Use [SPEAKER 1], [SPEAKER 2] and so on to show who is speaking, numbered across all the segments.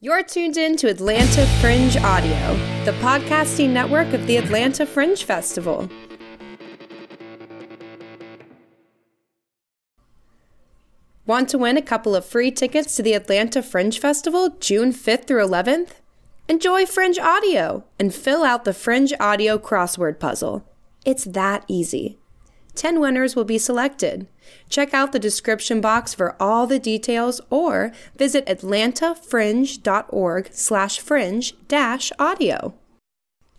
[SPEAKER 1] You're tuned in to Atlanta Fringe Audio, the podcasting network of the Atlanta Fringe Festival. Want to win a couple of free tickets to the Atlanta Fringe Festival June 5th through 11th? Enjoy Fringe Audio and fill out the Fringe Audio crossword puzzle. It's that easy. 10 winners will be selected. Check out the description box for all the details or visit atlantafringe.org slash fringe dash audio.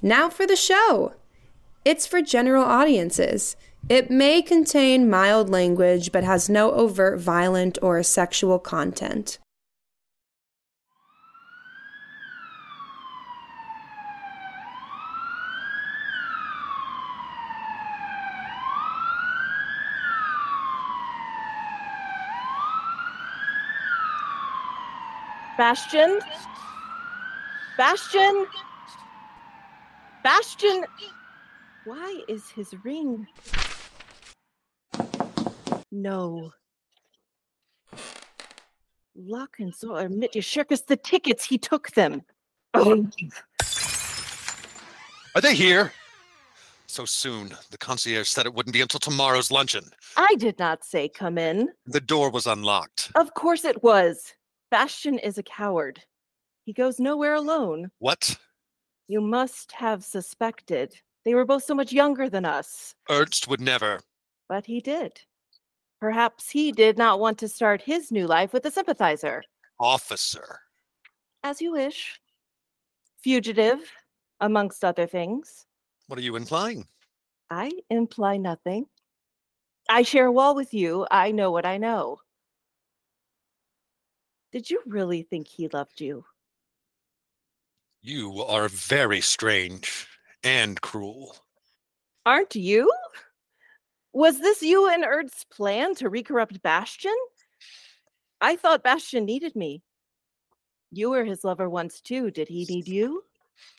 [SPEAKER 1] Now for the show. It's for general audiences. It may contain mild language but has no overt violent or sexual content.
[SPEAKER 2] Bastion? Bastion? Bastion? Why is his ring? No. Luck and so admit you circus the tickets. He took them. Oh,
[SPEAKER 3] Are they here? So soon. The concierge said it wouldn't be until tomorrow's luncheon.
[SPEAKER 2] I did not say come in.
[SPEAKER 3] The door was unlocked.
[SPEAKER 2] Of course it was. Bastion is a coward. He goes nowhere alone.
[SPEAKER 3] What?
[SPEAKER 2] You must have suspected. They were both so much younger than us,
[SPEAKER 3] Ernst would never.
[SPEAKER 2] but he did. Perhaps he did not want to start his new life with a sympathizer.
[SPEAKER 3] Officer.
[SPEAKER 2] As you wish. Fugitive, amongst other things.
[SPEAKER 3] What are you implying?
[SPEAKER 2] I imply nothing. I share a wall with you. I know what I know. Did you really think he loved you?
[SPEAKER 3] You are very strange and cruel.
[SPEAKER 2] Aren't you? Was this you and Erd's plan to recorrupt Bastion? I thought Bastion needed me. You were his lover once too. Did he need you?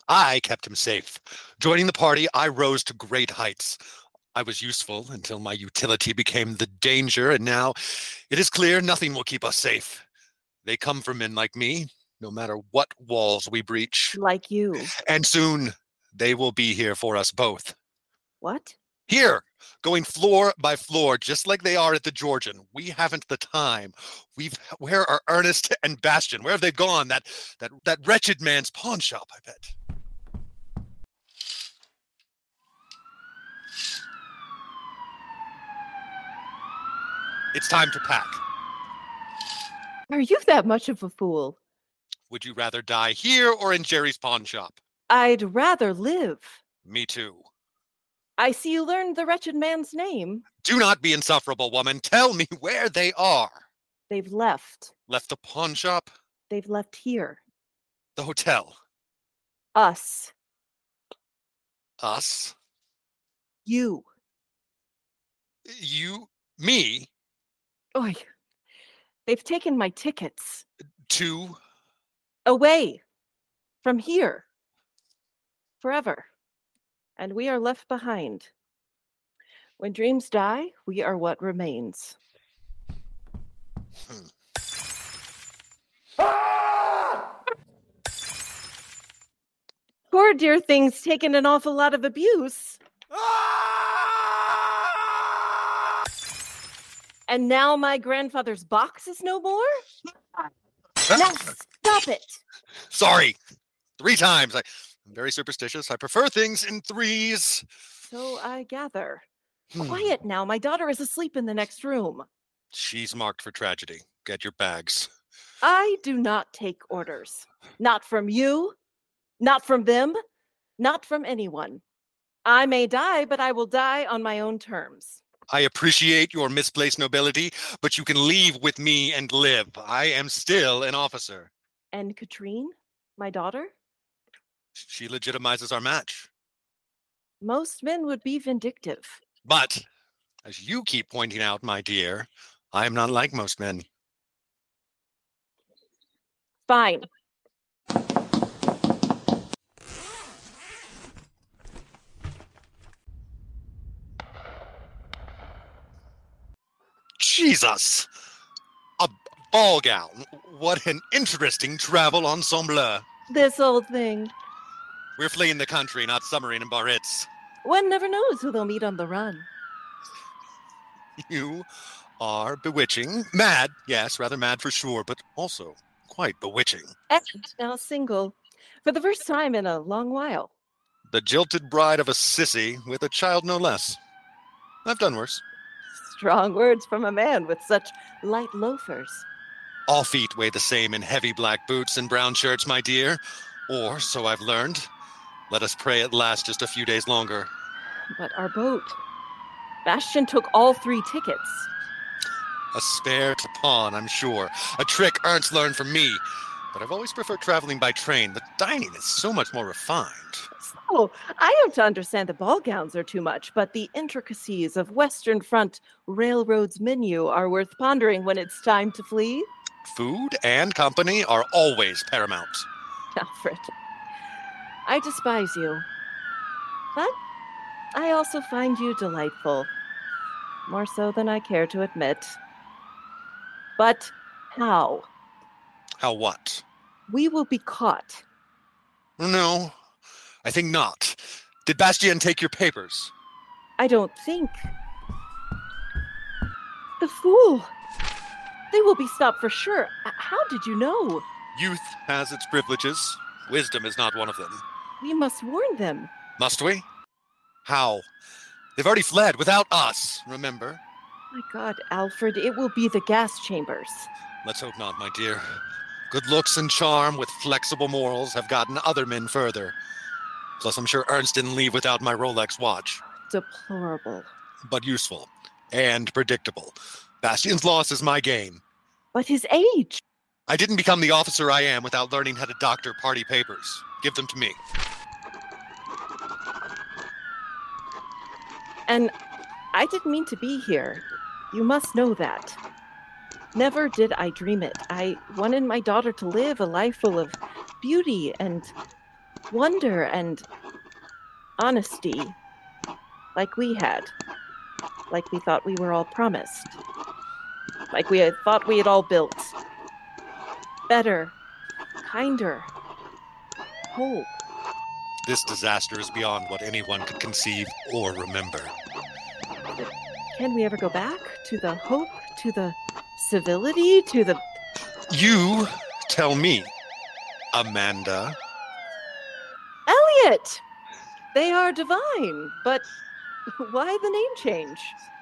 [SPEAKER 3] I kept him safe. Joining the party, I rose to great heights. I was useful until my utility became the danger, and now it is clear nothing will keep us safe. They come for men like me, no matter what walls we breach.
[SPEAKER 2] Like you.
[SPEAKER 3] And soon they will be here for us both.
[SPEAKER 2] What?
[SPEAKER 3] Here, going floor by floor, just like they are at the Georgian. We haven't the time. We've where are Ernest and Bastion? Where have they gone? That that that wretched man's pawn shop, I bet. It's time to pack.
[SPEAKER 2] Are you that much of a fool?
[SPEAKER 3] Would you rather die here or in Jerry's pawn shop?
[SPEAKER 2] I'd rather live.
[SPEAKER 3] Me too.
[SPEAKER 2] I see you learned the wretched man's name.
[SPEAKER 3] Do not be insufferable, woman. Tell me where they are.
[SPEAKER 2] They've left.
[SPEAKER 3] Left the pawn shop,
[SPEAKER 2] They've left here.
[SPEAKER 3] the hotel,
[SPEAKER 2] Us.
[SPEAKER 3] us,
[SPEAKER 2] You.
[SPEAKER 3] you, me,
[SPEAKER 2] Oy. They've taken my tickets.
[SPEAKER 3] to
[SPEAKER 2] away from here forever, and we are left behind. When dreams die, we are what remains. Poor dear thing's taken an awful lot of abuse. And now my grandfather's box is no more? Now stop it.
[SPEAKER 3] Sorry, three times. I, I'm very superstitious. I prefer things in threes.
[SPEAKER 2] So I gather.
[SPEAKER 3] Hmm,
[SPEAKER 2] Quiet now. My daughter is asleep in the next room.
[SPEAKER 3] She's marked for tragedy. Get your bags.
[SPEAKER 2] I do not take orders. Not from you, not from them, not from anyone. I may die, but I will die on my own terms.
[SPEAKER 3] I appreciate your misplaced nobility, but you can leave with me and live. I am still an officer.
[SPEAKER 2] And Katrine, my daughter,
[SPEAKER 3] She legitimizes our match.
[SPEAKER 2] most men would be vindictive.
[SPEAKER 3] But as you keep pointing out, my dear, I am not like most men.
[SPEAKER 2] Fine.
[SPEAKER 3] Jesus! A b- ball gown. what an interesting travel ensemble.
[SPEAKER 2] This old thing.
[SPEAKER 3] We're fleeing the country, not summering in barrettes.
[SPEAKER 2] One never knows who they'll meet on the run.
[SPEAKER 3] You are bewitching. Mad, yes, rather mad for sure, but also quite bewitching.
[SPEAKER 2] And now single. For the first time in a long while.
[SPEAKER 3] The jilted bride of a sissy with a child no less. I've done worse.
[SPEAKER 2] Strong words from a man with such light loafers.
[SPEAKER 3] All feet weigh the same in heavy black boots and brown shirts, my dear. Or so I've learned. Let us pray it last just a few days longer.
[SPEAKER 2] But our boat. Bastion took all three tickets.
[SPEAKER 3] A spare to pawn, I'm sure. A trick Ernst learned from me. But I've always preferred traveling by train. The dining is so much more refined.
[SPEAKER 2] So I am to understand the ball gowns are too much, but the intricacies of Western Front Railroad's menu are worth pondering when it's time to flee.
[SPEAKER 3] Food and company are always paramount.
[SPEAKER 2] Alfred, I despise you. But I also find you delightful. More so than I care to admit. But how?
[SPEAKER 3] How what?
[SPEAKER 2] We will be caught.
[SPEAKER 3] No, I think not. Did Bastien take your papers?
[SPEAKER 2] I don't think. The fool! They will be stopped for sure. H- How did you know?
[SPEAKER 3] Youth has its privileges. Wisdom is not one of them.
[SPEAKER 2] We must warn them.
[SPEAKER 3] Must we? How? They've already fled without us, remember?
[SPEAKER 2] My God, Alfred, it will be the gas chambers.
[SPEAKER 3] Let's hope not, my dear. Good looks and charm with flexible morals have gotten other men further. Plus, I'm sure Ernst didn't leave without my Rolex watch,
[SPEAKER 2] Deplorable.
[SPEAKER 3] but useful and predictable. Bastian's loss is my gain.
[SPEAKER 2] But his age!
[SPEAKER 3] I didn't become the officer I am without learning how to doctor party papers. Give them to me.
[SPEAKER 2] And I didn't mean to be here. You must know that. Never did I dream it. I wanted my daughter to live a life full of beauty and wonder and honesty, like we had, like we thought we were all promised, like we had thought we had all built. Better, kinder, whole.
[SPEAKER 3] This disaster is beyond what anyone could conceive or remember.
[SPEAKER 2] Can we ever go back to the hope, to the civility, to the
[SPEAKER 3] You tell me, Amanda.
[SPEAKER 2] Elliot! They are divine, but why the name change?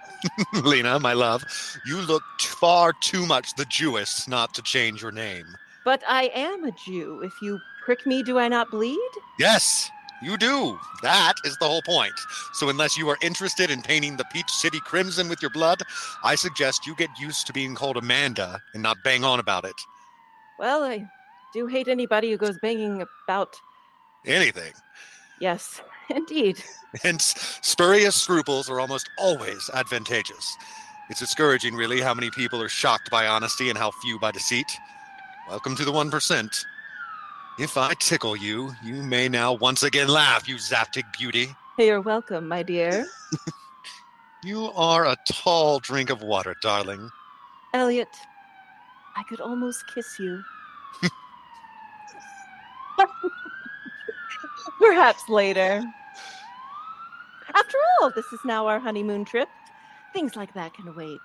[SPEAKER 3] Lena, my love, you look t- far too much the Jewess not to change your name.
[SPEAKER 2] But I am a Jew. If you prick me, do I not bleed?
[SPEAKER 3] Yes, you do. That is the whole point. So, unless you are interested in painting the Peach City crimson with your blood, I suggest you get used to being called Amanda and not bang on about it.
[SPEAKER 2] Well, I do hate anybody who goes banging about.
[SPEAKER 3] Anything.
[SPEAKER 2] Yes, indeed.
[SPEAKER 3] Hence, spurious scruples are almost always advantageous. It's discouraging, really, how many people are shocked by honesty and how few by deceit. Welcome to the 1%. If I tickle you, you may now once again laugh, you zaptic beauty.
[SPEAKER 2] You're welcome, my dear.
[SPEAKER 3] You are a tall drink of water, darling.
[SPEAKER 2] Elliot, I could almost kiss you. Perhaps later. After all, this is now our honeymoon trip. Things like that can wait.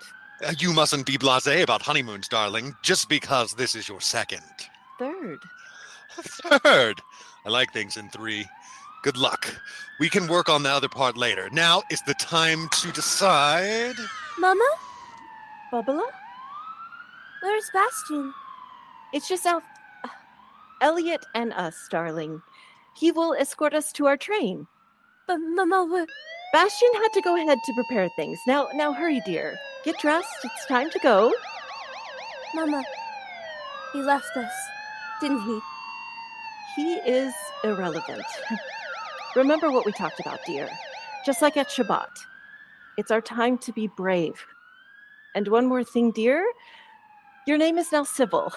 [SPEAKER 3] Uh, You mustn't be blasé about honeymoons, darling, just because this is your second.
[SPEAKER 2] Third,
[SPEAKER 3] Third. I like things in three. Good luck. We can work on the other part later. Now is the time to decide.
[SPEAKER 4] Mama,
[SPEAKER 2] Bubba,
[SPEAKER 4] where's Bastion?
[SPEAKER 2] it's just Al- Elliot and us, darling. He will escort us to our train.
[SPEAKER 4] But Mama, where?
[SPEAKER 2] Bastion had to go ahead to prepare things. Now, now, hurry, dear. Get dressed. It's time to go.
[SPEAKER 4] Mama, he left us, didn't he?
[SPEAKER 2] He is irrelevant. Remember what we talked about, dear. Just like at Shabbat, it's our time to be brave. And one more thing, dear. Your name is now Sybil,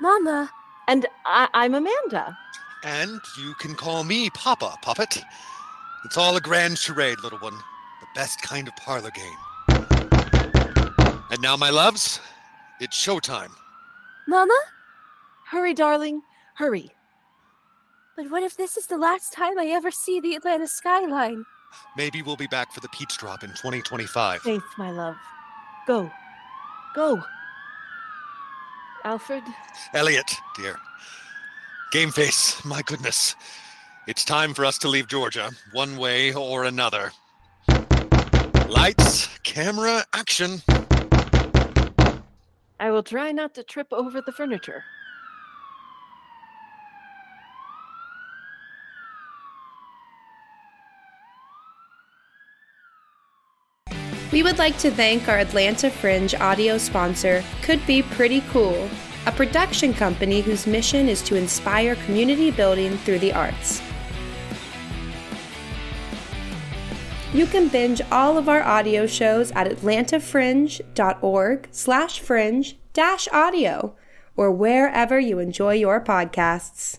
[SPEAKER 4] Mama,
[SPEAKER 2] and I- I'm Amanda.
[SPEAKER 3] And you can call me Papa, puppet. It's all a grand charade, little one. The best kind of parlor game. And now, my loves, it's showtime.
[SPEAKER 4] Mama,
[SPEAKER 2] Hurry, darling, hurry.
[SPEAKER 4] But what if this is the last time I ever see the Atlanta skyline?
[SPEAKER 3] Maybe we'll be back for the peach drop in 2025.
[SPEAKER 2] Faith, my love. Go. Go. Alfred,
[SPEAKER 3] Elliot, dear. Game face, my goodness. It's time for us to leave Georgia, one way or another. Lights, camera, action.
[SPEAKER 2] I will try not to trip over the furniture.
[SPEAKER 1] We would like to thank our Atlanta Fringe audio sponsor, Could Be Pretty Cool, a production company whose mission is to inspire community building through the arts. You can binge all of our audio shows at atlantafringe.org slash fringe dash audio or wherever you enjoy your podcasts.